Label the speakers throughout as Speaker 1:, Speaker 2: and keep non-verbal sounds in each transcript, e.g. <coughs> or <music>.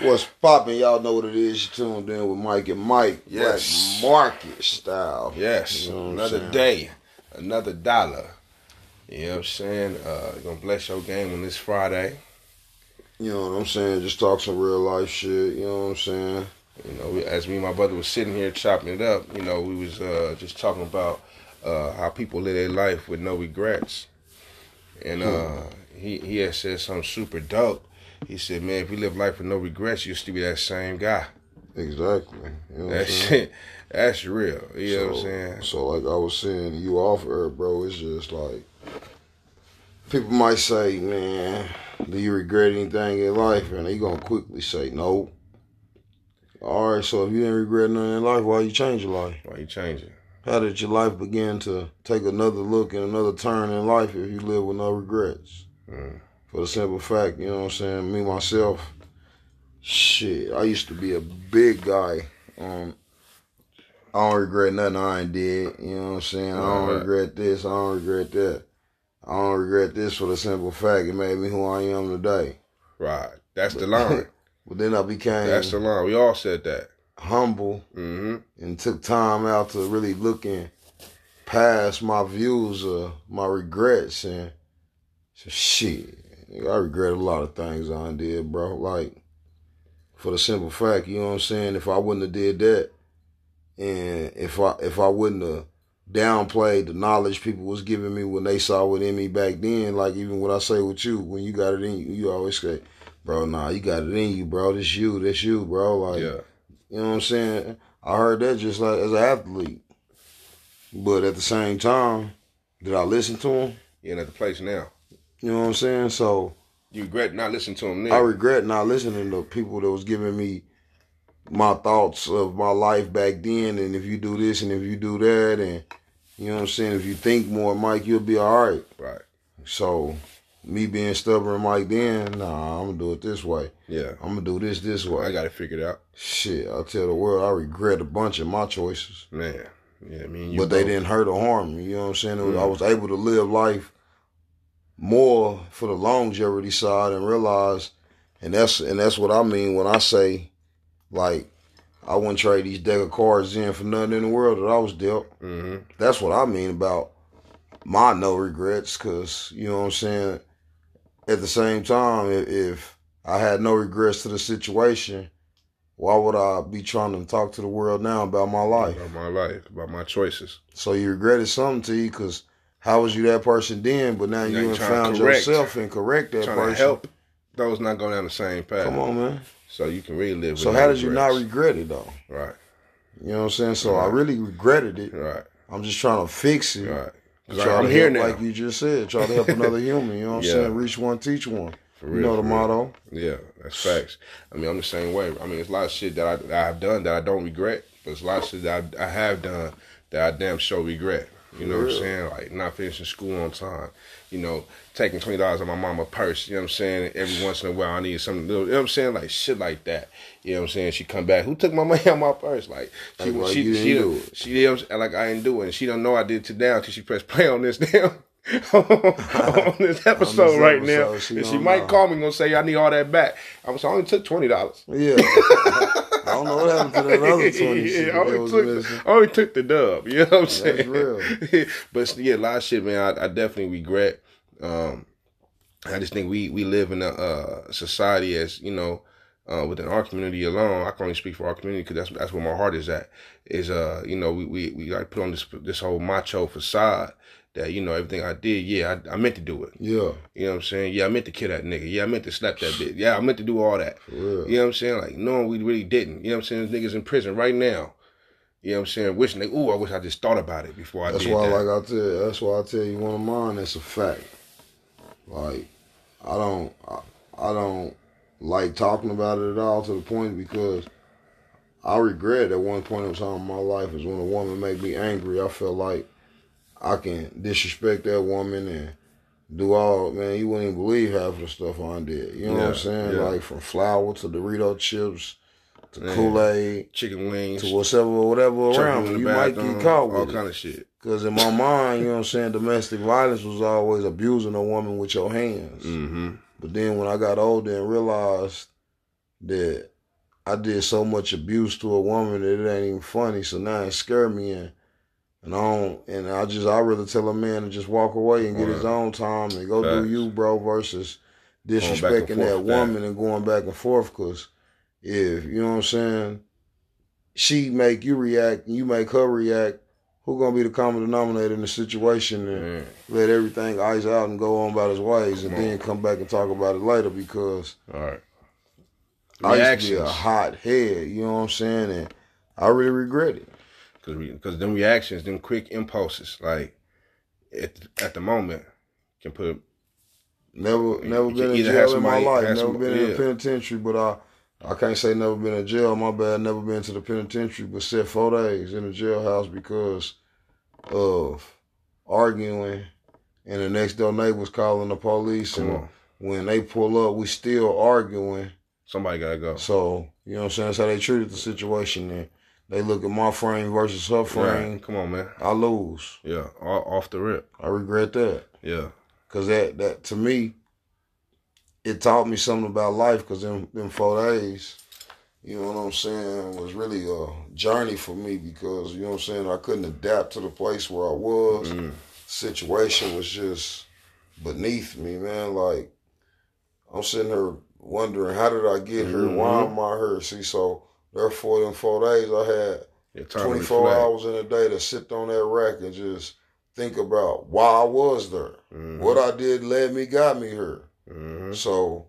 Speaker 1: What's popping? Y'all know what it is. You tuned in with Mike and Mike.
Speaker 2: Yes.
Speaker 1: Black market style.
Speaker 2: Yes,
Speaker 1: You know what I'm
Speaker 2: another
Speaker 1: saying?
Speaker 2: day, another dollar. You know what I'm saying? Uh, gonna bless your game on this Friday.
Speaker 1: You know what I'm saying? Just talk some real life shit. You know what I'm saying?
Speaker 2: You know, we- as me and my brother was sitting here chopping it up, you know, we was uh, just talking about uh, how people live their life with no regrets. And uh,
Speaker 1: Hmm.
Speaker 2: he he had said something super dope. He said, "Man, if you live life with no regrets, you'll still be that same guy."
Speaker 1: Exactly. You know what I'm
Speaker 2: That
Speaker 1: saying?
Speaker 2: shit, that's real. You know what I'm
Speaker 1: So-
Speaker 2: saying?
Speaker 1: So, like I was saying, to you off air, bro. It's just like people might say, "Man, do you regret anything in life?" And they gonna quickly say, "No." All right. So if you didn't regret nothing in life, why you change your life?
Speaker 2: Why you changing?
Speaker 1: How did your life begin to take another look and another turn in life if you live with no regrets?
Speaker 2: Mm.
Speaker 1: For the simple fact, you know what I'm saying? Me, myself, shit, I used to be a big guy. Um, I don't regret nothing I ain't did. You know what I'm saying? I don't
Speaker 2: Right.
Speaker 1: regret this. I don't regret that. I don't regret this for the simple fact it made me who I am today.
Speaker 2: Right. That's
Speaker 1: <laughs>
Speaker 2: the line.
Speaker 1: But then I became
Speaker 2: That's the line. We all said that.
Speaker 1: humble
Speaker 2: hmm
Speaker 1: and took time out to really looking past my views of my regrets and so shit. nigga, I regret a lot of things I done did, bro. Like for the simple fact, you know what I'm saying. If I wouldn't have did that, and if I if I wouldn't have downplayed the knowledge people was giving me when they saw what in me back then, like even what I say with you, when you got it in you, you always say, "Bro, nah, you got it in you, bro. This you, this you, bro." Like
Speaker 2: Yeah.
Speaker 1: you know what I'm saying? I heard that just like as an athlete. But at the same time, did I listen to him?
Speaker 2: You're in at the place now.
Speaker 1: You know what I'm saying? So
Speaker 2: You regret not listening to him
Speaker 1: I
Speaker 2: then.
Speaker 1: regret not listening to people that was giving me my thoughts of my life back then and if you do this and if you do that and you know what I'm saying, if you think more, Mike, you'll be alright.
Speaker 2: right.
Speaker 1: So me being stubborn Mike then, nah, I'm gonna do it this way.
Speaker 2: Yeah.
Speaker 1: I'm gonna do this this
Speaker 2: I
Speaker 1: way.
Speaker 2: got it figured out.
Speaker 1: Shit, I tell the world I regret a bunch of my choices.
Speaker 2: Man. Yeah, I mean you
Speaker 1: but they
Speaker 2: both-
Speaker 1: didn't hurt or harm me. You know what I'm saying? It was- I
Speaker 2: Mm.
Speaker 1: was able to live life more for the longevity side and realize, and that's and that's what I mean when I say, like, I wouldn't trade these deck of cards in for nothing in the world that I was dealt.
Speaker 2: Mhm.
Speaker 1: That's what I mean about my no regrets, because you know what I'm saying. At the same time, if, if I had no regrets to the situation, why would I be trying to talk to the world now about my life?
Speaker 2: About my life, about my choices.
Speaker 1: So you regretted something to you because how was you that person then? But now
Speaker 2: Now
Speaker 1: you
Speaker 2: you
Speaker 1: done
Speaker 2: trying to
Speaker 1: found
Speaker 2: correct.
Speaker 1: yourself and correct that
Speaker 2: Trying
Speaker 1: person.
Speaker 2: to help those not going down the same path.
Speaker 1: Come on, man.
Speaker 2: So you can really live with
Speaker 1: So
Speaker 2: no
Speaker 1: how did you not
Speaker 2: regrets.
Speaker 1: regret it though?
Speaker 2: Right.
Speaker 1: You know what I'm saying? So I
Speaker 2: Right.
Speaker 1: really regretted it.
Speaker 2: Right.
Speaker 1: I'm just trying to fix it.
Speaker 2: Right. 'Cause
Speaker 1: Try
Speaker 2: I, am
Speaker 1: to
Speaker 2: here
Speaker 1: help,
Speaker 2: now.
Speaker 1: like you just said. Try to help another human. You know what
Speaker 2: <laughs> Yeah.
Speaker 1: I'm saying? Reach one, teach one.
Speaker 2: for
Speaker 1: You know the
Speaker 2: for
Speaker 1: motto.
Speaker 2: Yeah, that's facts. I mean, I'm the same way. I mean, it's a lot of shit that, I, that I've done that I don't regret, but it's a lot of shit that I, I have done that I damn sure regret. You know what
Speaker 1: Yeah.
Speaker 2: I'm saying? Like not finishing school on time. You know, taking twenty dollars out of my mama purse. You know what I'm saying? Every once in a while, I need something little. You know what I'm saying? Like shit like that. You know what I'm saying? She come back. Who took my <laughs> money out of my purse? Like she,
Speaker 1: Like, like,
Speaker 2: she,
Speaker 1: you
Speaker 2: she,
Speaker 1: didn't
Speaker 2: done-
Speaker 1: do
Speaker 2: she, you know what I'm saying? like I didn't do it. And she don't know I did it to now until she pressed play on this <laughs> damn. on
Speaker 1: <laughs>
Speaker 2: this episode right now,
Speaker 1: episode, she
Speaker 2: and she
Speaker 1: don't
Speaker 2: might
Speaker 1: know.
Speaker 2: call call me and gonna say I need all that back. I'm so I only took twenty dollars.
Speaker 1: Yeah. I don't know what happened to that
Speaker 2: <laughs>
Speaker 1: other
Speaker 2: Yeah,
Speaker 1: twenty. shit
Speaker 2: I
Speaker 1: that
Speaker 2: only
Speaker 1: was
Speaker 2: took
Speaker 1: missing.
Speaker 2: the, I only took the dub. You know what I'm saying?
Speaker 1: real.
Speaker 2: <laughs> but yeah, a lot of shit, man. I, I definitely regret. Um, I just think we we live in a uh, society as you know. Uh, within our community alone, I can only speak for our community because that's that's where my heart is at. Is uh, you know, we we, we like put on this this whole macho facade that you know everything I did, yeah, I, I meant to do it.
Speaker 1: Yeah,
Speaker 2: You know what I'm saying? Yeah, I meant to kill that nigga. Yeah, I meant to slap that bitch. Yeah, I meant to do all that.
Speaker 1: for real.
Speaker 2: You know what I'm saying? Like, no, we really didn't. You know what I'm saying? There's niggas in prison right now. You know what I'm saying? Wishing they, ooh, I wish I just thought about it before I
Speaker 1: That's
Speaker 2: did
Speaker 1: why,
Speaker 2: that.
Speaker 1: like I tell, that's why I tell you one of mine. That's a fact. Like, I don't, I, I don't like talking about it at all to the point because I regret at one point in time in my life is when a woman make me angry. I feel like I can disrespect that woman and do all. Man, you wouldn't even believe half of the stuff I did. You know what I'm
Speaker 2: Yeah,
Speaker 1: saying?
Speaker 2: yeah.
Speaker 1: Like from flour to Dorito chips to
Speaker 2: Man.
Speaker 1: Kool Aid
Speaker 2: Chicken wings,
Speaker 1: to whatever, whatever
Speaker 2: choking
Speaker 1: around.
Speaker 2: in
Speaker 1: You
Speaker 2: the
Speaker 1: might
Speaker 2: bathroom,
Speaker 1: get caught with
Speaker 2: all
Speaker 1: it.
Speaker 2: kind of shit.
Speaker 1: Cause in my mind, you know what I'm saying, domestic violence was always abusing a woman with your hands.
Speaker 2: Mm-hmm.
Speaker 1: But then when I got older and realized that I did so much abuse to a woman that it ain't even funny. So now it scared me, and and I don't, and I just I rather tell a man to just walk away and get
Speaker 2: Right.
Speaker 1: his own time and go do
Speaker 2: Facts.
Speaker 1: you, bro, versus
Speaker 2: back and
Speaker 1: disrespecting
Speaker 2: forth
Speaker 1: that
Speaker 2: with that.
Speaker 1: woman and going back and forth. Cause if you know what I'm saying, she make you react, and you make her react. Who gonna be the common denominator in the situation? And
Speaker 2: Man,
Speaker 1: let everything ice out and go on about his ways, and
Speaker 2: Come on.
Speaker 1: then come back and talk about it later because
Speaker 2: all right.
Speaker 1: I used to be a
Speaker 2: Reactions,
Speaker 1: hot head. You know what I'm saying? And I really regret it.
Speaker 2: because because them reactions, them quick impulses, like at at the moment, can put
Speaker 1: Never,
Speaker 2: You-
Speaker 1: never
Speaker 2: you
Speaker 1: been in
Speaker 2: either have
Speaker 1: jail in my
Speaker 2: somebody-
Speaker 1: life.
Speaker 2: have
Speaker 1: Never
Speaker 2: some-
Speaker 1: been in
Speaker 2: yeah.
Speaker 1: a penitentiary, but I, I can't say never been in jail. My bad. Never been to the penitentiary, but sat four days in the jailhouse because of arguing. And the next door neighbors calling the police,
Speaker 2: come
Speaker 1: and
Speaker 2: on,
Speaker 1: when they pull up, we still arguing.
Speaker 2: somebody gotta go.
Speaker 1: So, you know what I'm saying? That's how they treated the situation there. They look at my frame versus her frame.
Speaker 2: Right. Come on, man.
Speaker 1: I lose.
Speaker 2: Yeah, all, off the rip.
Speaker 1: I regret that.
Speaker 2: Yeah,
Speaker 1: Cause that that to me, it taught me something about life. Cause them them four days, you know what I'm saying, was really a journey for me because you know what I'm saying. I couldn't adapt to the place where I was.
Speaker 2: Mm.
Speaker 1: Situation was just beneath me, man. Like I'm sitting here wondering, how did I get here? Why
Speaker 2: Mhm.
Speaker 1: am I here? See, so therefore, them four days I had
Speaker 2: yeah. Time to
Speaker 1: 24
Speaker 2: reflect.
Speaker 1: hours in a day to sit on that rack and just think about why I was there.
Speaker 2: Mhm.
Speaker 1: What I did led me, got me here.
Speaker 2: Mhm.
Speaker 1: So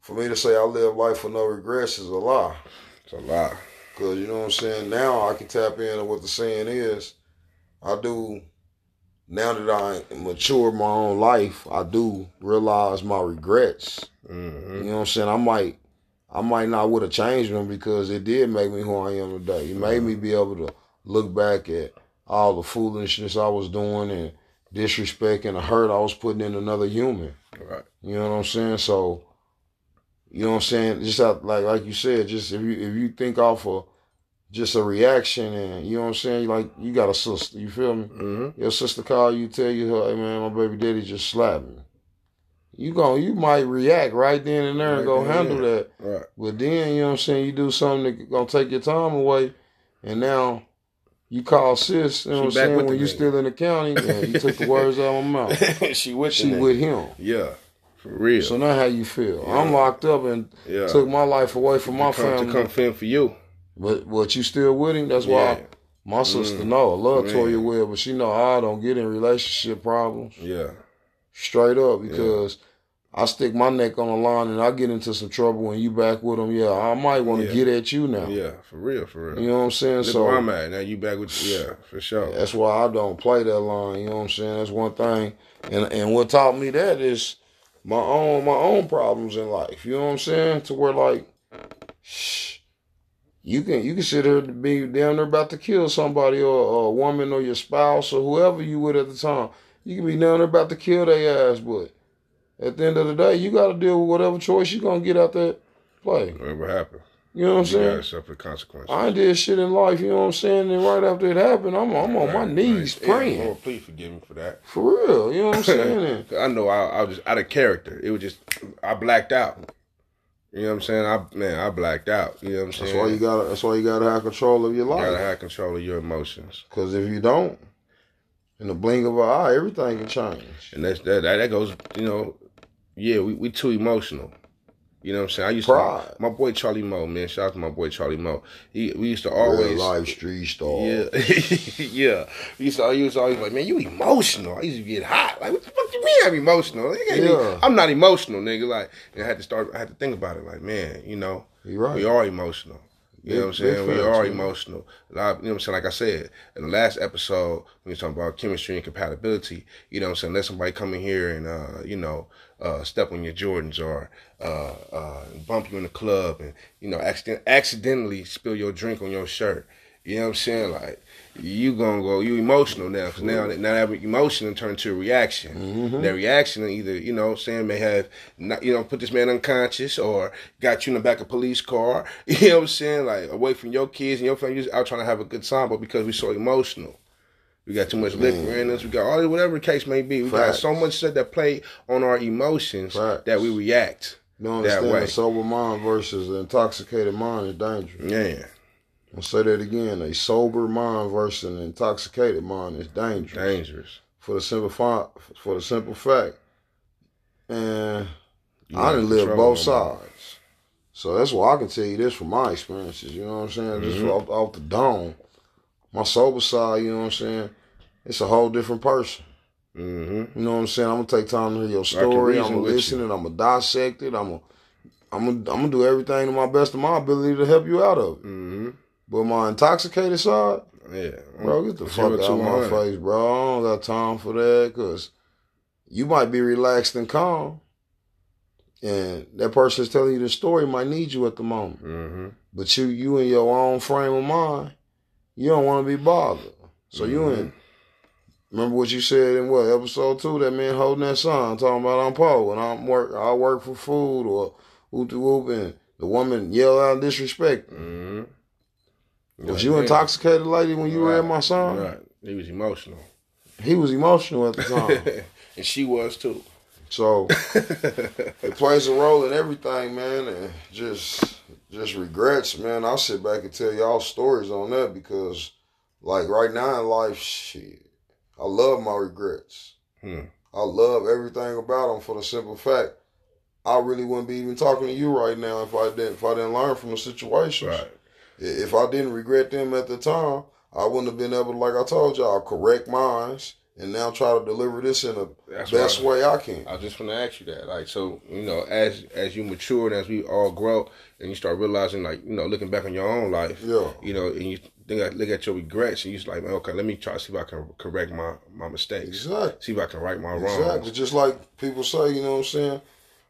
Speaker 1: for me to say I live life with no regrets is a lie.
Speaker 2: It's a lot.
Speaker 1: Because you know what I'm saying? Now I can tap into what the saying is. I do, now that I mature my own life, I do realize my regrets.
Speaker 2: hmm
Speaker 1: You know what I'm saying? I might, I might not would have changed them because it did make me who I am today. It made me be able to look back at all the foolishness I was doing and disrespect and the hurt I was putting in another human.
Speaker 2: Right.
Speaker 1: You know what I'm saying? So, you know what I'm saying? Just out, like like you said, just if you if you think off of just a reaction and you know what I'm saying, like you got a sister, you feel me?
Speaker 2: hmm
Speaker 1: Your sister call you, tell you, hey man, my baby daddy just slapped me. You gon' you might react right then and there and
Speaker 2: Right
Speaker 1: go
Speaker 2: then,
Speaker 1: handle
Speaker 2: yeah.
Speaker 1: that.
Speaker 2: Right.
Speaker 1: But then, you know what I'm saying, you do something that gonna take your time away and now you call sis, you know
Speaker 2: She
Speaker 1: what I'm
Speaker 2: back
Speaker 1: saying,
Speaker 2: with
Speaker 1: when
Speaker 2: the
Speaker 1: you
Speaker 2: nigga.
Speaker 1: still in the county, yeah, you took the words out of my
Speaker 2: <laughs>
Speaker 1: mouth.
Speaker 2: she with
Speaker 1: <laughs> She
Speaker 2: the nigga.
Speaker 1: with him.
Speaker 2: Yeah, for real.
Speaker 1: So now how you feel?
Speaker 2: Yeah.
Speaker 1: I'm locked up and
Speaker 2: yeah.
Speaker 1: took my life away from my
Speaker 2: to come,
Speaker 1: family.
Speaker 2: to come fend for you.
Speaker 1: But what you still with him? That's why
Speaker 2: Yeah. Mm.
Speaker 1: my sister know. I love
Speaker 2: Man.
Speaker 1: Toya well, but she know I don't get in relationship problems
Speaker 2: Yeah.
Speaker 1: straight up because I stick my neck on the line and I get into some trouble and you back with him. Yeah, I might want to
Speaker 2: Yeah.
Speaker 1: get at you now.
Speaker 2: Yeah. For real. For real.
Speaker 1: You know what I'm saying?
Speaker 2: Look where I'm
Speaker 1: so
Speaker 2: at now. You back with yeah, for sure.
Speaker 1: that's why I don't play that line. You know what I'm saying? That's one thing. And and what taught me that is my own my own problems in life. You know what I'm saying? To where like. Shh, you can you can sit here to be down there about to kill somebody or, or a woman or your spouse or whoever you with at the time. You can be down there about to kill their ass, but at the end of the day, you got to deal with whatever choice you gonna get out there play.
Speaker 2: Whatever happened,
Speaker 1: You know what I'm
Speaker 2: you
Speaker 1: saying?
Speaker 2: gotta suffer the consequences.
Speaker 1: I did shit in life. You know what I'm saying? And right after it happened, I'm I'm on my
Speaker 2: Right,
Speaker 1: knees
Speaker 2: right. Yeah,
Speaker 1: praying
Speaker 2: Lord, please forgive me for that.
Speaker 1: for real. You know what I'm saying?
Speaker 2: <laughs>
Speaker 1: And-
Speaker 2: 'Cause I know I, I was just out of character. It was just I blacked out. You know what I'm saying? I man, I blacked out. You know what I'm saying?
Speaker 1: That's why you gotta. That's why you gotta have control of your
Speaker 2: You gotta
Speaker 1: life.
Speaker 2: have control of your emotions.
Speaker 1: Because if you don't, in the blink of an eye, everything can change.
Speaker 2: And that's that that, that goes, you know, yeah, we, we too emotional. You know what I'm saying? I used
Speaker 1: Pride.
Speaker 2: to my boy Charlie Moe, man, shout out to my boy Charlie Moe. He we used to
Speaker 1: Real
Speaker 2: always
Speaker 1: life street star.
Speaker 2: Yeah. <laughs> yeah. We used to I used to always like, man, you emotional. I used to get hot. Like, what the fuck you mean I'm emotional? You can't be-
Speaker 1: Yeah.
Speaker 2: I'm not emotional, nigga. Like and I had to start I had to think about it, like, man, you know,
Speaker 1: You right.
Speaker 2: we are emotional. You know what I'm
Speaker 1: Big- big
Speaker 2: saying? We
Speaker 1: facts,
Speaker 2: are
Speaker 1: man.
Speaker 2: emotional. A lot, you know what I'm saying? Like I said in the last episode, when we were talking about chemistry and compatibility, you know what I'm saying? Let somebody come in here and, uh, you know, uh, step on your Jordans or uh, uh, bump you in the club and, you know, accident- accidentally spill your drink on your shirt. You know what I'm saying? Like, you gonna go, you emotional now. 'cause now, now that emotion turned to a reaction.
Speaker 1: Mm-hmm.
Speaker 2: That reaction either, you know, saying may have, not, you know, put this man unconscious or got you in the back of a police car. <laughs> You know what I'm saying? Like, away from your kids and your family, you just out trying to have a good time, but because we're so emotional. We got too much liquor in us. We got all this, whatever the case may be. We
Speaker 1: Facts.
Speaker 2: got so much stuff that play on our emotions
Speaker 1: Facts.
Speaker 2: that we react.
Speaker 1: don't
Speaker 2: that
Speaker 1: understand
Speaker 2: way.
Speaker 1: a sober mind versus an intoxicated mind is dangerous.
Speaker 2: Yeah,
Speaker 1: I'll say that again. A sober mind versus an intoxicated mind is dangerous.
Speaker 2: dangerous.
Speaker 1: For the simple fi- for the simple fact. And
Speaker 2: You
Speaker 1: I
Speaker 2: not
Speaker 1: didn't
Speaker 2: in
Speaker 1: live
Speaker 2: control
Speaker 1: both
Speaker 2: no more.
Speaker 1: sides. So that's why I can tell you this from my experiences, you know what I'm saying? Just
Speaker 2: Mhm.
Speaker 1: off, off the dome. My sober side, you know what I'm saying? It's a whole different person.
Speaker 2: Mm-hmm.
Speaker 1: You know what I'm saying? I'm gonna take time to hear your
Speaker 2: can
Speaker 1: story. I'm
Speaker 2: reason
Speaker 1: gonna
Speaker 2: with
Speaker 1: listen
Speaker 2: you.
Speaker 1: and I'm gonna dissect it. I'm gonna I'm gonna, I'm gonna do everything to my best of my ability to help you out of it.
Speaker 2: Mm-hmm.
Speaker 1: But my intoxicated side,
Speaker 2: Yeah.
Speaker 1: bro, get the
Speaker 2: Zero
Speaker 1: fuck
Speaker 2: Mm. to
Speaker 1: out of my
Speaker 2: 100.
Speaker 1: face, bro. I don't got time for that because you might be relaxed and calm, and that person that's telling you the story might need you at the moment.
Speaker 2: Mm-hmm.
Speaker 1: But you, you in your own frame of mind, you don't want to be bothered. So you in.
Speaker 2: Mm-hmm.
Speaker 1: Remember what you said in what episode two? That man holding that sign talking about I'm poor and I'm work. I work for food or whoop de whoop, and the woman yell out disrespect.
Speaker 2: Mm-hmm.
Speaker 1: Was you intoxicated, lady, when you read my sign?
Speaker 2: Right. He was emotional.
Speaker 1: He was emotional at the
Speaker 2: <laughs>
Speaker 1: time.
Speaker 2: and she was too.
Speaker 1: so it plays a role in everything, man, and just just regrets, man. I'll sit back and tell y'all stories on that because like right now in life, shit, I love my regrets.
Speaker 2: Hmm.
Speaker 1: I love everything about them for the simple fact I really wouldn't be even talking to you right now if I didn't if I didn't learn from the situation.
Speaker 2: right.
Speaker 1: If I didn't regret them at the time, I wouldn't have been able to, like I told y'all, correct minds and now try to deliver this in the
Speaker 2: That's
Speaker 1: best
Speaker 2: right.
Speaker 1: way I can.
Speaker 2: I was just want to ask you that, like, so you know, as as you mature and as we all grow, and you start realizing, like, you know, looking back on your own life,
Speaker 1: Yeah.
Speaker 2: you know, and you think look at your regrets, and you're just like, man, okay, let me try to see if I can correct my my mistakes,
Speaker 1: Exactly.
Speaker 2: see if I can right my
Speaker 1: Exactly.
Speaker 2: wrongs.
Speaker 1: Just like people say, you know what I'm saying?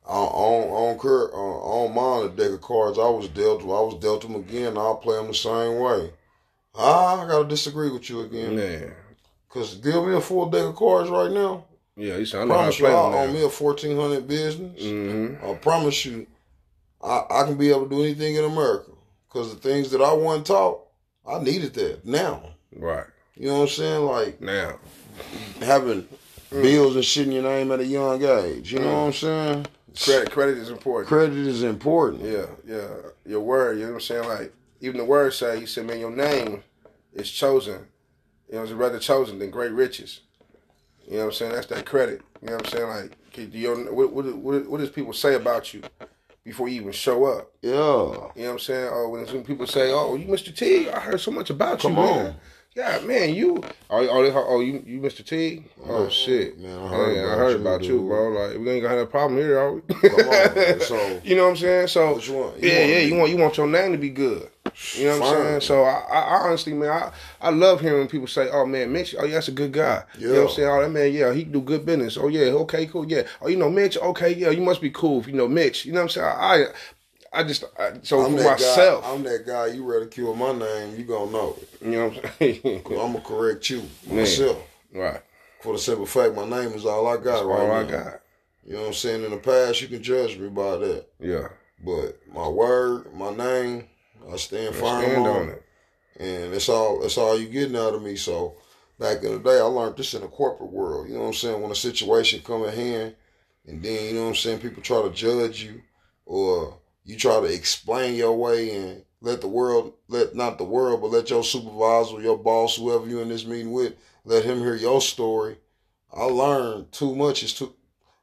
Speaker 1: I don't, I don't care. uh, I don't mind the deck of cards I was dealt. I was dealt them again. I'll play them the same way. I gotta disagree with you again.
Speaker 2: Man,
Speaker 1: Cause give me a full deck of cards right now.
Speaker 2: yeah, you said I
Speaker 1: I
Speaker 2: know how to
Speaker 1: promise you,
Speaker 2: play
Speaker 1: I'll
Speaker 2: on
Speaker 1: own
Speaker 2: that.
Speaker 1: me a fourteen hundred business.
Speaker 2: Mm-hmm.
Speaker 1: I promise you, I, I can be able to do anything in America. Because the things that I wasn't taught, I needed that now.
Speaker 2: Right
Speaker 1: You know what I'm saying? Like
Speaker 2: now,
Speaker 1: having bills and shit in your name at a young age. You know what I'm saying?
Speaker 2: credit credit is important.
Speaker 1: Credit is important.
Speaker 2: Yeah, yeah. Your word, you know what I'm saying? Like, even the word say, he said, man, your name is chosen. You know, it's rather chosen than great riches. You know what I'm saying? That's that credit. You know what I'm saying? Like, could your, what, what, what, what does people say about you before you even show up?
Speaker 1: Yeah.
Speaker 2: You know what I'm saying? Oh, when some people say, oh, you Mr. T, I heard so much about
Speaker 1: Come
Speaker 2: you, man.
Speaker 1: on.
Speaker 2: Yeah, man, you. Oh, oh, they- oh, you, you, Mr. T. Oh shit,
Speaker 1: Man,
Speaker 2: I heard, I heard about you,
Speaker 1: dude.
Speaker 2: bro. Like, we ain't gonna have that problem here, are we?
Speaker 1: Come on,
Speaker 2: <laughs>
Speaker 1: man. So,
Speaker 2: You know what I'm saying? So
Speaker 1: What you want? You
Speaker 2: yeah,
Speaker 1: want
Speaker 2: yeah,
Speaker 1: to
Speaker 2: you
Speaker 1: be-
Speaker 2: want you want your name to be good. You know what
Speaker 1: Fine.
Speaker 2: I'm saying? So I, I I honestly, man, I, I love hearing people say, "Oh man, Mitch, oh yeah, that's a good guy." You know
Speaker 1: Yeah.
Speaker 2: what I'm saying? Oh that man, yeah, he do good business. Oh yeah, okay, cool, yeah. Oh you know Mitch, okay, yeah, you must be cool if you know Mitch. You know what I'm saying? I I, I just I, so
Speaker 1: I'm
Speaker 2: for
Speaker 1: that
Speaker 2: myself,
Speaker 1: guy. I'm that guy. You ridicule my name, you gonna know it.
Speaker 2: you know what I'm saying? <laughs>
Speaker 1: 'Cause I'm gonna correct you myself.
Speaker 2: right,
Speaker 1: For the simple fact, my name is all I got
Speaker 2: all
Speaker 1: right
Speaker 2: I
Speaker 1: now.
Speaker 2: got.
Speaker 1: You know what I'm saying? In the past, you can judge me by that.
Speaker 2: Yeah,
Speaker 1: But my word, my name, I stand firm
Speaker 2: stand
Speaker 1: on,
Speaker 2: on
Speaker 1: it.
Speaker 2: it.
Speaker 1: And that's all that's all you getting out of me. So back in the day I learned this in the corporate world. You know what I'm saying? When a situation come at hand and then you know what I'm saying, people try to judge you or you try to explain your way and let the world let not the world, but let your supervisor, your boss, whoever you in this meeting with, let him hear your story. I learned too much is too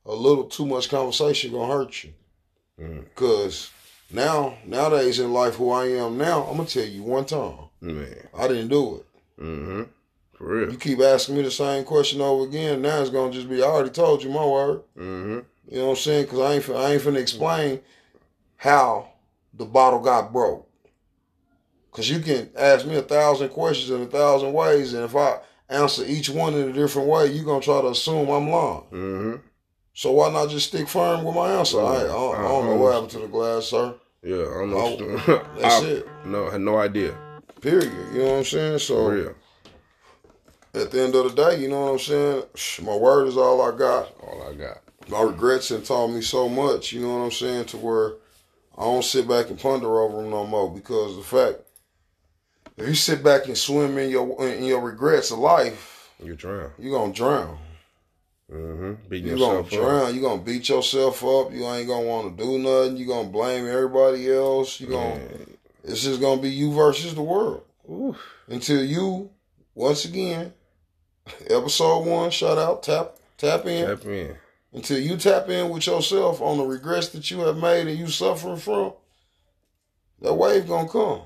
Speaker 1: a little too much conversation gonna hurt you.
Speaker 2: Mm,
Speaker 1: Cause now, nowadays in life, who I am now, I'm gonna tell you one time,
Speaker 2: man,
Speaker 1: I didn't do it.
Speaker 2: mm-hmm. for real,
Speaker 1: You keep asking me the same question over again. Now it's gonna just be, I already told you my word.
Speaker 2: mm-hmm.
Speaker 1: You know what I'm saying? Cause I ain't, fin- I ain't finna explain how the bottle got broke. Cause you can ask me a thousand questions in a thousand ways, and if I answer each one in a different way, you gonna try to assume I'm lying.
Speaker 2: mm-hmm.
Speaker 1: So why not just stick firm with my answer? I, I, don't- I don't know what happened to the glass, sir.
Speaker 2: Yeah, I don't
Speaker 1: Oh,
Speaker 2: know.
Speaker 1: That's
Speaker 2: <laughs> I-
Speaker 1: it.
Speaker 2: No, I had no idea.
Speaker 1: Period. You know what I'm saying? So.
Speaker 2: For real.
Speaker 1: At the end of the day, you know what I'm saying? Shh, My word is all I got.
Speaker 2: All I got.
Speaker 1: My regrets have taught me so much, you know what I'm saying, to where I don't sit back and ponder over them no more because the fact if you sit back and swim in your in your regrets of life,
Speaker 2: You drown.
Speaker 1: you're gonna drown.
Speaker 2: Mm-hmm. Beating
Speaker 1: You gonna
Speaker 2: yourself up.
Speaker 1: drown. You gonna beat yourself up. You ain't gonna want to do nothing. You gonna blame everybody else. You gonna. It's just gonna be you versus the world
Speaker 2: Yeah. Oof.
Speaker 1: until you, once again, episode one. Shout out. Tap tap in
Speaker 2: Tap in.
Speaker 1: until you tap in with yourself on the regrets that you have made and you suffering from, that wave gonna come.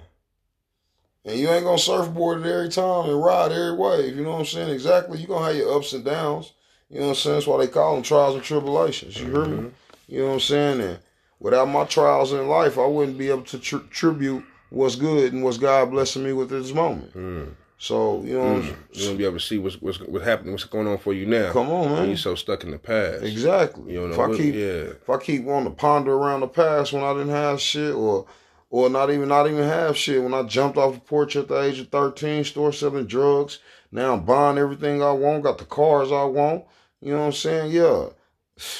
Speaker 1: And you ain't gonna surfboard it every time and ride every wave. You know what I'm saying? Exactly. You're gonna have your ups and downs. You know what I'm saying? That's why they call them trials and tribulations. You hear me?
Speaker 2: Mhm.
Speaker 1: You know what I'm saying? And without my trials in life, I wouldn't be able to tr- tribute what's good and what's God blessing me with at this moment.
Speaker 2: Mm.
Speaker 1: So, you know, what I'm
Speaker 2: Mm. You won't be able to see what's what's what's happening, what's going on for you now.
Speaker 1: come on,
Speaker 2: When
Speaker 1: man.
Speaker 2: you're so stuck in the past.
Speaker 1: Exactly.
Speaker 2: You don't know
Speaker 1: if I
Speaker 2: what-
Speaker 1: keep
Speaker 2: yeah.
Speaker 1: if I keep wanting to ponder around the past when I didn't have shit or or not even not even have shit when I jumped off the porch at the age of 13 store selling drugs now I'm buying everything I want got the cars I want you know what I'm saying yeah <sighs>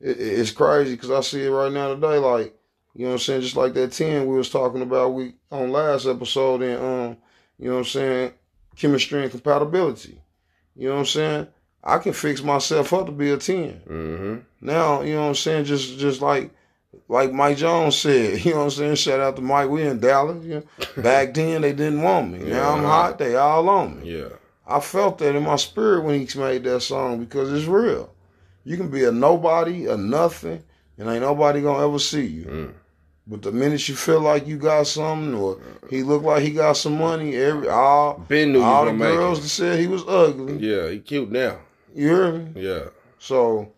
Speaker 1: it, it- it's crazy because I see it right now today like you know what I'm saying just like that 10 we was talking about we on last episode and um you know what I'm saying chemistry and compatibility you know what I'm saying I can fix myself up to be a 10
Speaker 2: Mm-hmm.
Speaker 1: now, you know what I'm saying? Just just like like Mike Jones said, <laughs> you know what I'm saying? Shout out to Mike. We in Dallas. You know?
Speaker 2: <laughs>
Speaker 1: Back then they didn't want me.
Speaker 2: Yeah.
Speaker 1: Now I'm hot, they all on me.
Speaker 2: Yeah.
Speaker 1: I felt that in my spirit when he made that song because it's real. You can be a nobody, a nothing, and ain't nobody gonna ever see you.
Speaker 2: Mm.
Speaker 1: But the minute you feel like you got something or he looked like he got some money, every all
Speaker 2: Ben knew you
Speaker 1: all
Speaker 2: was
Speaker 1: the
Speaker 2: gonna make
Speaker 1: girls that said he was ugly.
Speaker 2: it. Yeah, he cute now.
Speaker 1: You hear me?
Speaker 2: Yeah.
Speaker 1: So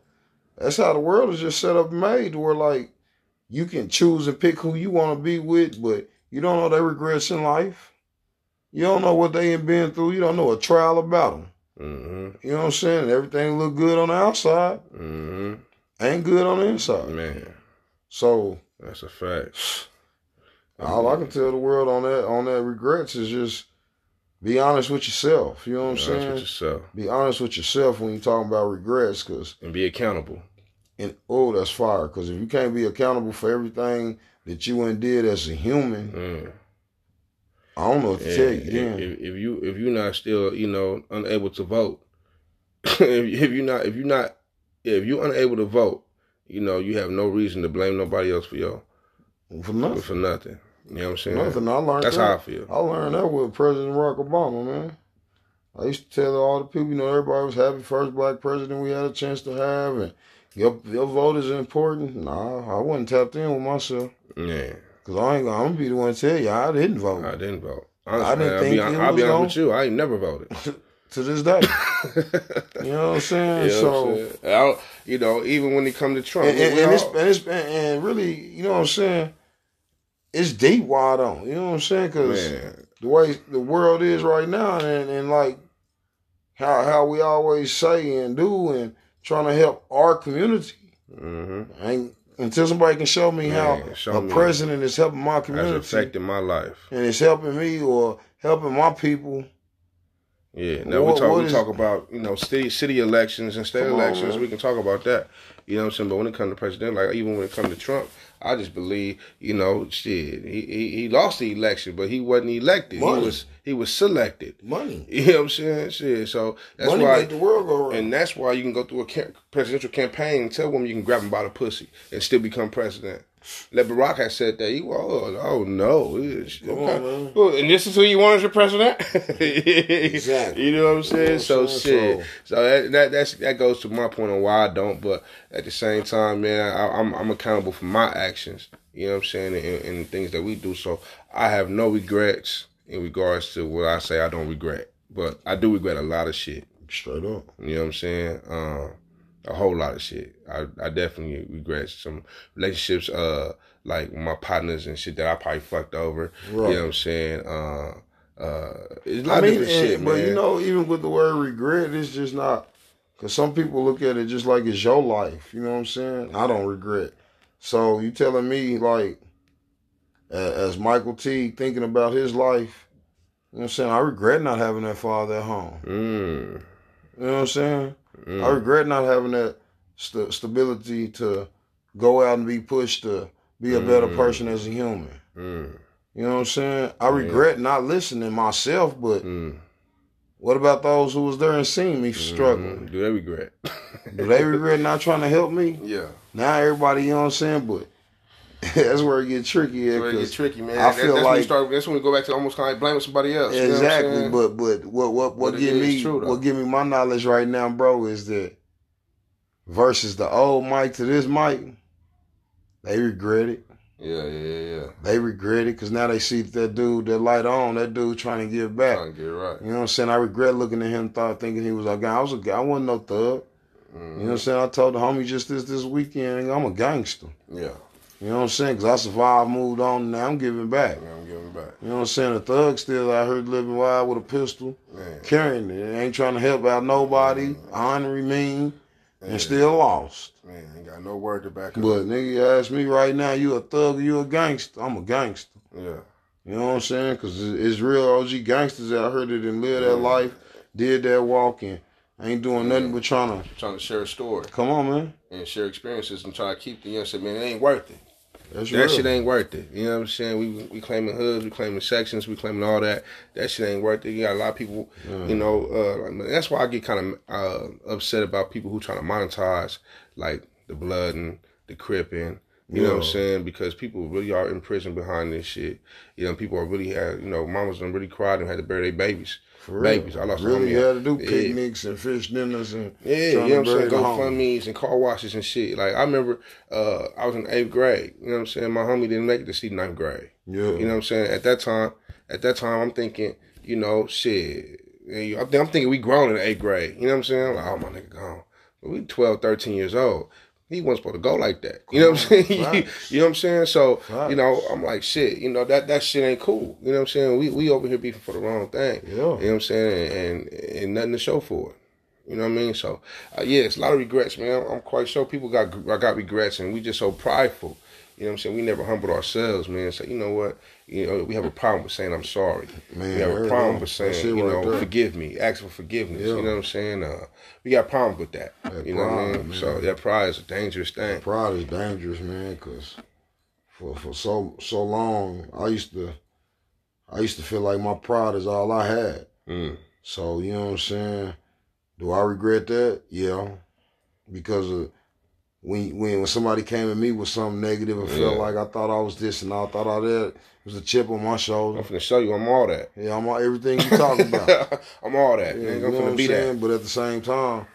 Speaker 1: that's how the world is just set up and made to where like you can choose and pick who you want to be with, but you don't know their regrets in life. You don't know what they ain't been through. You don't know a trial about them.
Speaker 2: Mm-hmm.
Speaker 1: You know what I'm saying? Everything look good on the outside,
Speaker 2: Mm-hmm.
Speaker 1: ain't good on the inside.
Speaker 2: Man,
Speaker 1: So
Speaker 2: that's a fact.
Speaker 1: all I can tell the world on that on that regrets is just be honest with yourself. You know what I'm
Speaker 2: Be honest
Speaker 1: saying?
Speaker 2: with yourself
Speaker 1: be honest with yourself when you're talking about regrets, because
Speaker 2: and be accountable.
Speaker 1: and oh, that's fire. Because if you can't be accountable for everything that you and did as a human,
Speaker 2: Mm.
Speaker 1: I don't know what to
Speaker 2: Yeah,
Speaker 1: tell
Speaker 2: if,
Speaker 1: you. Then
Speaker 2: if, if you if you're not still you know unable to vote, <coughs> if, if you're not if you're not if you're unable to vote, you know you have no reason to blame nobody else for your
Speaker 1: for nothing,
Speaker 2: for nothing. You know what I'm saying?
Speaker 1: nothing. I learned
Speaker 2: That's how I
Speaker 1: that.
Speaker 2: feel.
Speaker 1: I learned that with President Barack Obama, man. I used to tell all the people, you know, everybody was happy first black president we had a chance to have, and your your vote is important. Nah, I wasn't tapped in with myself
Speaker 2: Yeah,
Speaker 1: because I ain't gonna, I'm gonna be the one to tell you I didn't vote
Speaker 2: I didn't vote.
Speaker 1: I didn't
Speaker 2: Honestly, I will be,
Speaker 1: think
Speaker 2: hon-
Speaker 1: it
Speaker 2: I'll be
Speaker 1: was
Speaker 2: honest with you. I ain't
Speaker 1: <laughs>
Speaker 2: never voted. <laughs>
Speaker 1: to this day. You know what I'm saying?
Speaker 2: <laughs> You know
Speaker 1: so.
Speaker 2: what I'm saying? I don't- you know, even when it come to Trump,
Speaker 1: and, and,
Speaker 2: we
Speaker 1: and, it's,
Speaker 2: all-
Speaker 1: and it's and, and really, you know what I'm saying? It's deep wide on. You know what I'm saying? Because
Speaker 2: man,
Speaker 1: the way the world is right now, and and like how how we always say and do, and trying to help our community.
Speaker 2: mm-hmm.
Speaker 1: And until somebody can show me how
Speaker 2: Man, show
Speaker 1: a
Speaker 2: me.
Speaker 1: president is helping my
Speaker 2: has
Speaker 1: community
Speaker 2: affected my life.
Speaker 1: and it's helping me or helping my people,
Speaker 2: Yeah. Now
Speaker 1: What-
Speaker 2: we talk.
Speaker 1: what
Speaker 2: We
Speaker 1: is-
Speaker 2: talk about you know city city elections and state
Speaker 1: Come on,
Speaker 2: elections.
Speaker 1: man.
Speaker 2: we can talk about that. You know what I'm saying? But when it comes to president, like even when it comes to Trump, I just believe you know shit. He he, he lost the election, but he wasn't elected.
Speaker 1: Money.
Speaker 2: He was he was selected. <laughs>
Speaker 1: money,
Speaker 2: You know what I'm saying? Shit. So that's
Speaker 1: money
Speaker 2: why.
Speaker 1: make the world go round.
Speaker 2: And that's why you can go through a cam- presidential campaign and tell women you can grab them by the pussy and still become president. Like Barack has said that. He oh, oh no.
Speaker 1: Come on, man.
Speaker 2: Oh, and this is who you want as your president? <laughs>
Speaker 1: Exactly.
Speaker 2: You know what I'm saying?
Speaker 1: You know
Speaker 2: so
Speaker 1: what I'm saying?
Speaker 2: shit. So that, that that's that goes to my point on why I don't. But at the same time, man, I, I'm I'm accountable for my actions. You know what I'm saying? And, and the things that we do. So I have no regrets in regards to what I say. I don't regret, but I do regret a lot of shit.
Speaker 1: Straight up,
Speaker 2: You know what I'm saying? Um, a whole lot of shit. I, I definitely regret some relationships, uh, like my partners and shit that I probably fucked over.
Speaker 1: right?
Speaker 2: You know what I'm saying? Uh, uh, it's a lot
Speaker 1: I mean,
Speaker 2: of different shit,
Speaker 1: and-
Speaker 2: man.
Speaker 1: but you know, even with the word regret, it's just not because some people look at it just like it's your life. You know what I'm saying? I don't regret. So you telling me like, a- as Michael T thinking about his life, you know what I'm saying? I regret not having that father at home.
Speaker 2: mm,
Speaker 1: You know what I'm saying?
Speaker 2: mm,
Speaker 1: I regret not having that st- stability to go out and be pushed to be a better
Speaker 2: Mm.
Speaker 1: person as a human.
Speaker 2: mm,
Speaker 1: You know what I'm saying? I
Speaker 2: Yeah.
Speaker 1: regret not listening myself, but
Speaker 2: mm,
Speaker 1: What about those who was there and seen me
Speaker 2: Mhm.
Speaker 1: struggling?
Speaker 2: Do they regret?
Speaker 1: Do they regret not trying to help me?
Speaker 2: <laughs> yeah.
Speaker 1: Now everybody, you know what I'm saying? But <laughs> that's where it gets tricky. at,
Speaker 2: That's where it gets
Speaker 1: 'cause-
Speaker 2: tricky, man.
Speaker 1: I
Speaker 2: That-
Speaker 1: feel
Speaker 2: that's when
Speaker 1: like-
Speaker 2: you start, that's when we go back to almost kind of blaming somebody else. you know what I'm
Speaker 1: Exactly,
Speaker 2: saying?
Speaker 1: but but what what what
Speaker 2: But it
Speaker 1: give
Speaker 2: is
Speaker 1: me
Speaker 2: true, though.
Speaker 1: what give me my knowledge right now, bro, is that versus the old Mike to this Mike, they regret it.
Speaker 2: yeah, yeah, yeah, yeah.
Speaker 1: They regret it because now they see that dude that light on, that dude trying to give back.
Speaker 2: Trying to get it right.
Speaker 1: You know what I'm saying? I regret looking at him, thought thinking he was a guy. I was a guy. I wasn't no thug. You know what I'm
Speaker 2: Mhm.
Speaker 1: saying? I told the homie just this this weekend, I'm a gangster.
Speaker 2: Yeah,
Speaker 1: You know what I'm saying? Because I survived, moved on, now I'm giving back.
Speaker 2: man, I'm giving back.
Speaker 1: You know what I'm saying? A thug still out here living wild with a pistol.
Speaker 2: Man,
Speaker 1: carrying it. Ain't trying to help out nobody, honoring mean,
Speaker 2: Yeah.
Speaker 1: and still lost.
Speaker 2: man, ain't got no word to back up.
Speaker 1: But nigga, you ask me right now, you a thug or you a gangster? I'm a gangster.
Speaker 2: yeah,
Speaker 1: You know what I'm saying? Cause it- it's real OG gangsters out here that done live
Speaker 2: Yeah.
Speaker 1: that life, did that walking, ain't doing nothing
Speaker 2: Yeah.
Speaker 1: but trying to
Speaker 2: trying to share a story
Speaker 1: come on, man.
Speaker 2: and share experiences and try to keep the young shit. Man, it ain't worth it.
Speaker 1: That's
Speaker 2: That
Speaker 1: real.
Speaker 2: shit ain't worth it. You know what I'm saying? We we claiming hoods, we claiming sections, we claiming all that. That shit ain't worth it. You got a lot of people,
Speaker 1: Yeah.
Speaker 2: you know. Uh, like, man, that's why I get kind of uh, upset about people who trying to monetize like the blood and the crip and you know what I'm
Speaker 1: Yeah.
Speaker 2: saying? Because people really are in prison behind this shit. You know, people are really had you know, mamas done really cried and had to bury their babies.
Speaker 1: For real.
Speaker 2: babies. I lost a
Speaker 1: really
Speaker 2: homie.
Speaker 1: had to do
Speaker 2: Yeah.
Speaker 1: picnics and fish dinners and
Speaker 2: Yeah,
Speaker 1: trying to
Speaker 2: you know what
Speaker 1: bury
Speaker 2: I'm saying?
Speaker 1: the
Speaker 2: Go
Speaker 1: homie.
Speaker 2: fund me's and car washes and shit. Like I remember uh I was in eighth grade, you know what I'm saying? My homie didn't make it to see ninth grade.
Speaker 1: Yeah,
Speaker 2: You know what I'm saying? At that time, at that time, I'm thinking, you know, shit. you- I'm, thi- I'm thinking we grown in eighth grade. You know what I'm saying? I'm like, oh, my nigga gone. But we 12, 13 years old. He wasn't supposed to go like that. You know what I'm saying? <laughs> you,
Speaker 1: Facts.
Speaker 2: know what I'm saying? So, you
Speaker 1: Facts.
Speaker 2: know, I'm like, shit, you know, that, that shit ain't cool. You know what I'm saying? We we over here beefing for the wrong thing.
Speaker 1: Yeah.
Speaker 2: You know what I'm saying? And, and, and nothing to show for it. You know what I mean? So, uh, yeah, it's a lot of regrets, man. I'm, I'm quite sure people got gr- got regrets, and we just so prideful. You know what I'm saying? We never humbled ourselves, man. So you know what? You know we have a problem with saying I'm sorry.
Speaker 1: Man,
Speaker 2: we have
Speaker 1: there
Speaker 2: a
Speaker 1: it
Speaker 2: problem
Speaker 1: go.
Speaker 2: with
Speaker 1: That
Speaker 2: saying
Speaker 1: shit
Speaker 2: you
Speaker 1: right
Speaker 2: know
Speaker 1: there.
Speaker 2: forgive me, ask for forgiveness.
Speaker 1: Yeah.
Speaker 2: You know what I'm saying? Uh, we got problems with that.
Speaker 1: That
Speaker 2: you know what I
Speaker 1: pride,
Speaker 2: mean?
Speaker 1: man.
Speaker 2: So that pride is a dangerous thing.
Speaker 1: Pride is dangerous, man, because for, for so so long I used to I used to feel like my pride is all I had.
Speaker 2: Mm.
Speaker 1: So you know what I'm saying? Do I regret that? Yeah. Because of when when when somebody came at me with something negative and felt
Speaker 2: Yeah.
Speaker 1: like I thought I was this and I thought I that, it was a chip on my
Speaker 2: I'm
Speaker 1: shoulder.
Speaker 2: finna show you I'm all that.
Speaker 1: Yeah, I'm all everything you talking about.
Speaker 2: <laughs> I'm all that.
Speaker 1: Yeah,
Speaker 2: nigga.
Speaker 1: you know
Speaker 2: I'm
Speaker 1: what
Speaker 2: finna
Speaker 1: I'm
Speaker 2: be
Speaker 1: saying? But at the same time,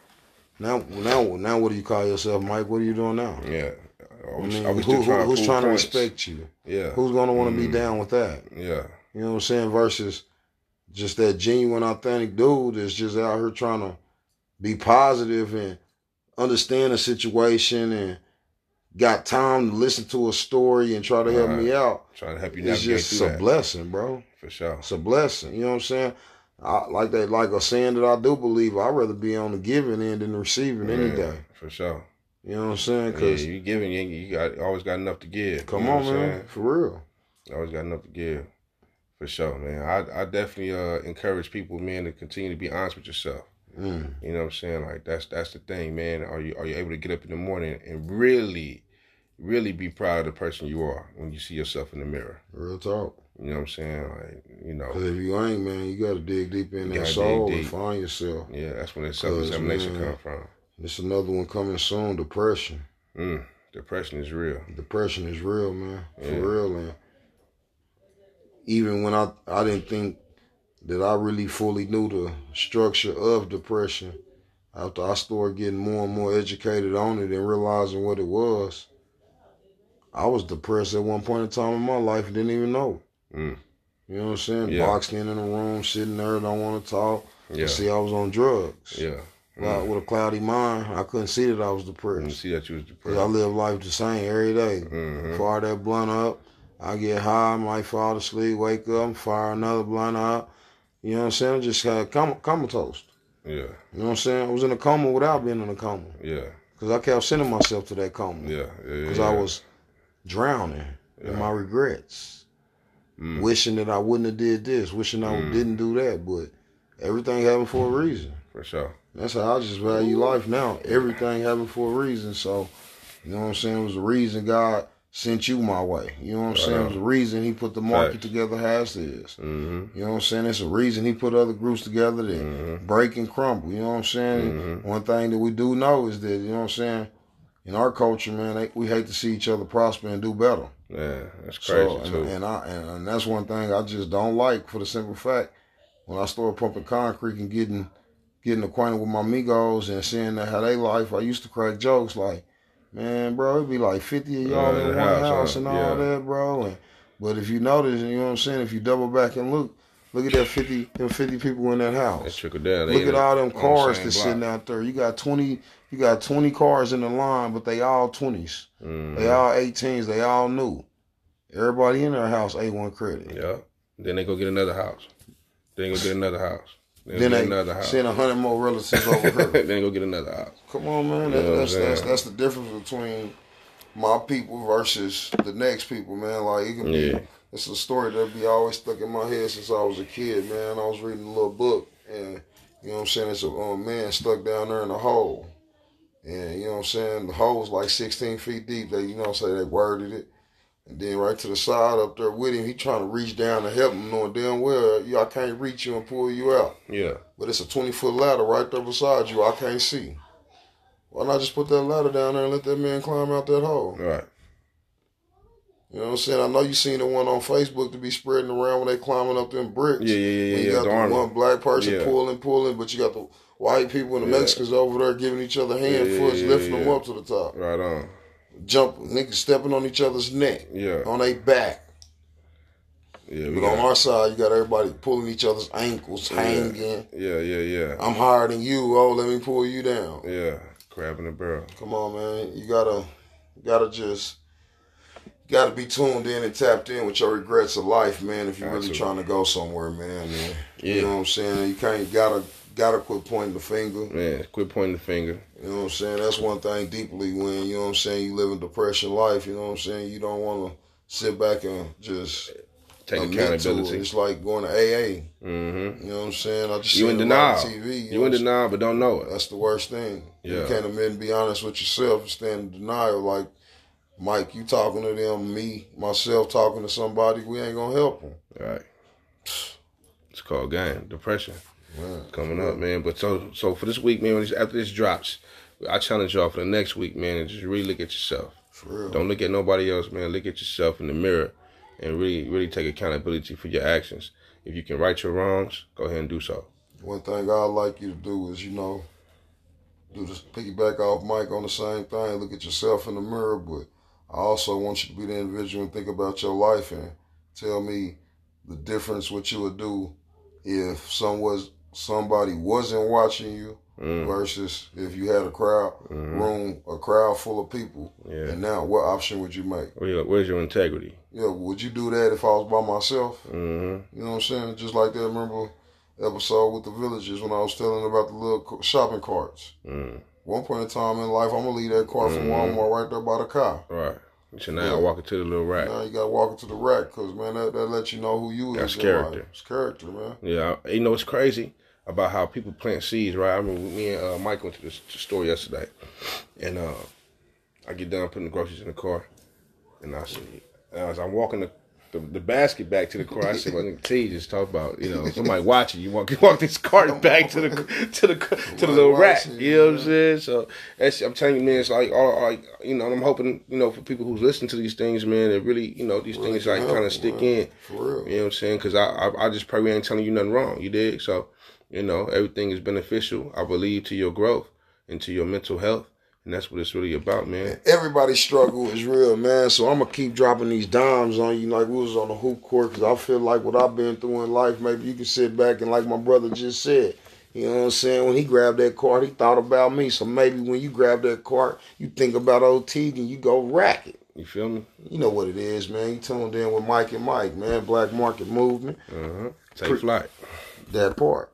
Speaker 1: now now now what do you call yourself, Mike? What are you doing now?
Speaker 2: that. Yeah. I
Speaker 1: I
Speaker 2: was,
Speaker 1: mean,
Speaker 2: I was
Speaker 1: who,
Speaker 2: just trying
Speaker 1: who, who's
Speaker 2: prove
Speaker 1: trying
Speaker 2: points.
Speaker 1: to respect you?
Speaker 2: Yeah.
Speaker 1: Who's gonna want to
Speaker 2: Mm.
Speaker 1: be down with that?
Speaker 2: Yeah.
Speaker 1: You know what I'm saying? Versus just that genuine, authentic dude that's just out here trying to be positive and understand the situation and got time to listen to a story and try to help me out.
Speaker 2: Trying to help you
Speaker 1: It's
Speaker 2: navigate
Speaker 1: just
Speaker 2: through
Speaker 1: a
Speaker 2: that.
Speaker 1: blessing, bro.
Speaker 2: for sure.
Speaker 1: It's a blessing. You know what I'm saying? I, like that, like a saying that I do believe. I'd rather be on the giving end than the receiving any
Speaker 2: Yeah,
Speaker 1: day.
Speaker 2: For sure.
Speaker 1: You know what I'm saying?
Speaker 2: Yeah,
Speaker 1: Cause
Speaker 2: you giving, you, you got always got enough to give.
Speaker 1: come
Speaker 2: you know
Speaker 1: on,
Speaker 2: what I'm
Speaker 1: man,
Speaker 2: saying?
Speaker 1: for real.
Speaker 2: You always got enough to give. For sure, man. I, I definitely uh, encourage people, man, to continue to be honest with yourself.
Speaker 1: Mm.
Speaker 2: You know what I'm saying? Like that's that's the thing, man. Are you are you able to get up in the morning and really, really be proud of the person you are when you see yourself in the mirror?
Speaker 1: Real talk.
Speaker 2: You know what I'm saying? Like you know,
Speaker 1: Cause if you ain't, man, you gotta dig deep in
Speaker 2: You
Speaker 1: that
Speaker 2: gotta dig
Speaker 1: soul and
Speaker 2: deep.
Speaker 1: find yourself.
Speaker 2: yeah, that's when that self examination
Speaker 1: man.
Speaker 2: comes from.
Speaker 1: It's another one coming soon. Depression.
Speaker 2: Mm, depression is real.
Speaker 1: Depression is real, man. For
Speaker 2: Yeah.
Speaker 1: real, and even when I I didn't think that I really fully knew the structure of depression, after I started getting more and more educated on it and realizing what it was, I was depressed at one point in time in my life and didn't even know. it.
Speaker 2: Mm.
Speaker 1: You know what I'm saying?
Speaker 2: Yeah.
Speaker 1: Boxed in in the room, sitting there, don't want to talk.
Speaker 2: Yeah,
Speaker 1: See, I was on drugs.
Speaker 2: yeah.
Speaker 1: Like,
Speaker 2: Mm.
Speaker 1: with a cloudy mind, I couldn't see that I was
Speaker 2: You
Speaker 1: depressed.
Speaker 2: see that you was
Speaker 1: Cause I
Speaker 2: depressed.
Speaker 1: live life the same every day.
Speaker 2: Mhm.
Speaker 1: Mm-hmm. Fire that blunt up, I get high, I might fall asleep, wake up, fire another blunt up. You know what I'm saying? I just had coma, comatose.
Speaker 2: Yeah,
Speaker 1: You know what I'm saying? I was in a coma without being in a coma.
Speaker 2: yeah,
Speaker 1: Cause I kept sending myself to that coma.
Speaker 2: yeah. yeah,
Speaker 1: Cause
Speaker 2: yeah.
Speaker 1: I was drowning
Speaker 2: Yeah.
Speaker 1: in my regrets,
Speaker 2: Mm.
Speaker 1: wishing that I wouldn't have did this, wishing I
Speaker 2: Mm.
Speaker 1: didn't do that. But everything happened for a reason.
Speaker 2: For sure.
Speaker 1: That's how I just value life now. Everything happened for a reason. So, you know what I'm saying? It was a reason God sent you my way. You know what I'm
Speaker 2: Right
Speaker 1: saying?
Speaker 2: on.
Speaker 1: There's a reason he put the market
Speaker 2: Facts.
Speaker 1: together as is.
Speaker 2: Mm-hmm.
Speaker 1: You know what I'm saying? It's a reason he put other groups together that
Speaker 2: Mm-hmm.
Speaker 1: break and crumble. You know what I'm saying?
Speaker 2: Mhm.
Speaker 1: One thing that we do know is that, you know what I'm saying? In our culture, man, they, we hate to see each other prosper and do better.
Speaker 2: Yeah, that's crazy
Speaker 1: so,
Speaker 2: too.
Speaker 1: and, and I and, and that's one thing I just don't like for the simple fact when I started pumping concrete and getting getting acquainted with my amigos and seeing that how they life, I used to crack jokes like, man, bro, it'd be like fifty of y'all in
Speaker 2: Uh, in
Speaker 1: one
Speaker 2: the
Speaker 1: house,
Speaker 2: house, huh?
Speaker 1: and all
Speaker 2: Yeah.
Speaker 1: that, bro. And but if you notice, you know what I'm saying, if you double back and look, look at that fifty them fifty people in that house.
Speaker 2: That trickle down. They
Speaker 1: Look
Speaker 2: in
Speaker 1: at
Speaker 2: it
Speaker 1: all them
Speaker 2: on the
Speaker 1: cars
Speaker 2: same
Speaker 1: that's
Speaker 2: block.
Speaker 1: sitting out there. You got twenty, you got twenty cars in the line, but they all 20s
Speaker 2: Mhm.
Speaker 1: They all 18s. They all new. Everybody in their house A1 credit.
Speaker 2: Yeah. Then they go get another house. Then go get another house. Then,
Speaker 1: Then
Speaker 2: go get
Speaker 1: they
Speaker 2: another house.
Speaker 1: send hundred more relatives over here.
Speaker 2: <laughs> then they go get another house.
Speaker 1: Come on, man.
Speaker 2: You know
Speaker 1: That,
Speaker 2: what
Speaker 1: that's,
Speaker 2: I'm
Speaker 1: that's
Speaker 2: saying?
Speaker 1: that's the difference between my people versus the next people, man. Like it could be.
Speaker 2: Yeah.
Speaker 1: It's a story that be always stuck in my head since I was a kid, man. I was reading a little book, and you know what I'm saying. It's a um, man stuck down there in a hole, and you know what I'm saying. The hole's like 16 feet deep. They, you know, what I'm saying they worded it, and then right to the side up there with him, he trying to reach down to help him, knowing damn well you I can't reach you and pull you out.
Speaker 2: Yeah.
Speaker 1: But it's a 20 foot ladder right there beside you. I can't see. Why not just put that ladder down there and let that man climb out that hole?
Speaker 2: All right.
Speaker 1: You know what I'm saying? I know you seen the one on Facebook to be spreading around when they climbing up them bricks.
Speaker 2: Yeah, yeah, yeah,
Speaker 1: And you
Speaker 2: yeah.
Speaker 1: got
Speaker 2: The
Speaker 1: the
Speaker 2: army.
Speaker 1: one black person
Speaker 2: Yeah.
Speaker 1: pulling, pulling, but you got the white people and the
Speaker 2: Yeah.
Speaker 1: Mexicans over there giving each other hand
Speaker 2: Yeah, yeah,
Speaker 1: foots,
Speaker 2: yeah,
Speaker 1: lifting them
Speaker 2: yeah.
Speaker 1: up to the top.
Speaker 2: Right on.
Speaker 1: Jump, niggas stepping on each other's neck,
Speaker 2: Yeah.
Speaker 1: on their back.
Speaker 2: Yeah. We
Speaker 1: But on
Speaker 2: got,
Speaker 1: our side, you got everybody pulling each other's ankles, hanging.
Speaker 2: yeah. Yeah. Yeah.
Speaker 1: I'm higher than you. Oh, let me pull you down.
Speaker 2: Yeah. Crab in the barrel.
Speaker 1: Come on, man. You gotta, you gotta just, you gotta be tuned in and tapped in with your regrets of life, man. If you're really
Speaker 2: Absolutely.
Speaker 1: trying to go somewhere, man. man. You
Speaker 2: Yeah.
Speaker 1: know what I'm saying? You can't, you gotta, gotta quit pointing the finger.
Speaker 2: Man, quit pointing the finger.
Speaker 1: You know what I'm saying? That's one thing deeply when you know what I'm saying. You live in depression life. You know what I'm saying? You don't want to sit back and just
Speaker 2: Take
Speaker 1: admit to it.
Speaker 2: accountability.
Speaker 1: It's like going to AA.
Speaker 2: Mm-hmm.
Speaker 1: You know what I'm saying? I just
Speaker 2: You
Speaker 1: seen
Speaker 2: in
Speaker 1: it a lot on
Speaker 2: denial.
Speaker 1: TV. You, know
Speaker 2: You
Speaker 1: what
Speaker 2: in
Speaker 1: I'm saying?
Speaker 2: denial, but don't know it.
Speaker 1: That's the worst thing. You
Speaker 2: Yeah.
Speaker 1: can't admit and be honest with yourself and stand in denial. Like, Mike, you talking to them, me, myself talking to somebody, we ain't going to help them.
Speaker 2: All right. <sighs> It's called game. Depression.
Speaker 1: Man.
Speaker 2: coming up, man. But so so for this week, man. When this, after this drops, I challenge y'all for the next week, man, and just really look at yourself.
Speaker 1: For real.
Speaker 2: Don't look at nobody else, man. Look at yourself in the mirror, and really really take accountability for your actions. If you can right your wrongs, go ahead and do so.
Speaker 1: One thing I'd like you to do is, you know, do this piggyback off Mike on the same thing. Look at yourself in the mirror, but I also want you to be the individual and think about your life and tell me the difference what you would do if some was somebody wasn't watching you
Speaker 2: Mm,
Speaker 1: versus if you had a crowd
Speaker 2: mhm.
Speaker 1: room, a crowd full of people.
Speaker 2: Yeah.
Speaker 1: And now what option would you make?
Speaker 2: Where your- Where's your integrity?
Speaker 1: Yeah, would you do that if I was by myself?
Speaker 2: hmm
Speaker 1: You know what I'm saying? Just like that remember episode with the villagers when I was telling about the little co- shopping carts.
Speaker 2: Mm.
Speaker 1: One point in time in life, I'm gonna leave that cart from
Speaker 2: Mhm.
Speaker 1: Walmart right there by the car.
Speaker 2: All right. So now I walk into the little rack.
Speaker 1: Now you gotta walk into the rack because man, that, that lets you know who you
Speaker 2: That's
Speaker 1: is. in life.
Speaker 2: character.
Speaker 1: It's character, man.
Speaker 2: Yeah, I- you know it's crazy about how people plant seeds, right? I remember me and uh, Mike went to the s- store yesterday, and uh, I get done putting the groceries in the car, and I said, as I'm walking the, the the basket back to the car, I said, "Well, nigga, T just talk about you know somebody watching you walk you walk this cart back to the to the to the little rack."
Speaker 1: watching you,
Speaker 2: You know what I'm
Speaker 1: man.
Speaker 2: saying? So that's I'm telling you, man. It's like all like you know, and I'm hoping you know for people who's listening to these things, man, that really you know these
Speaker 1: Really
Speaker 2: things like
Speaker 1: help,
Speaker 2: kind of stick
Speaker 1: man.
Speaker 2: in.
Speaker 1: For real.
Speaker 2: You know what I'm saying? Because I, I I just pray we ain't telling you nothing wrong. You dig? So, you know, everything is beneficial. I believe to your growth and to your mental health, and that's what it's really about, man.
Speaker 1: Everybody's struggle is real, man. So I'm gonna keep dropping these dimes on you, like we was on the hoop court, because I feel like what I've been through in life. Maybe you can sit back and, like my brother just said, you know what I'm saying. When he grabbed that cart, he thought about me. So maybe when you grab that cart, you think about OT and you go rack it.
Speaker 2: You feel me?
Speaker 1: You know what it is, man. You tuned in with Mike and Mike, man. Black Market Movement,
Speaker 2: Uh huh. Take
Speaker 1: Pre-
Speaker 2: flight.
Speaker 1: that part.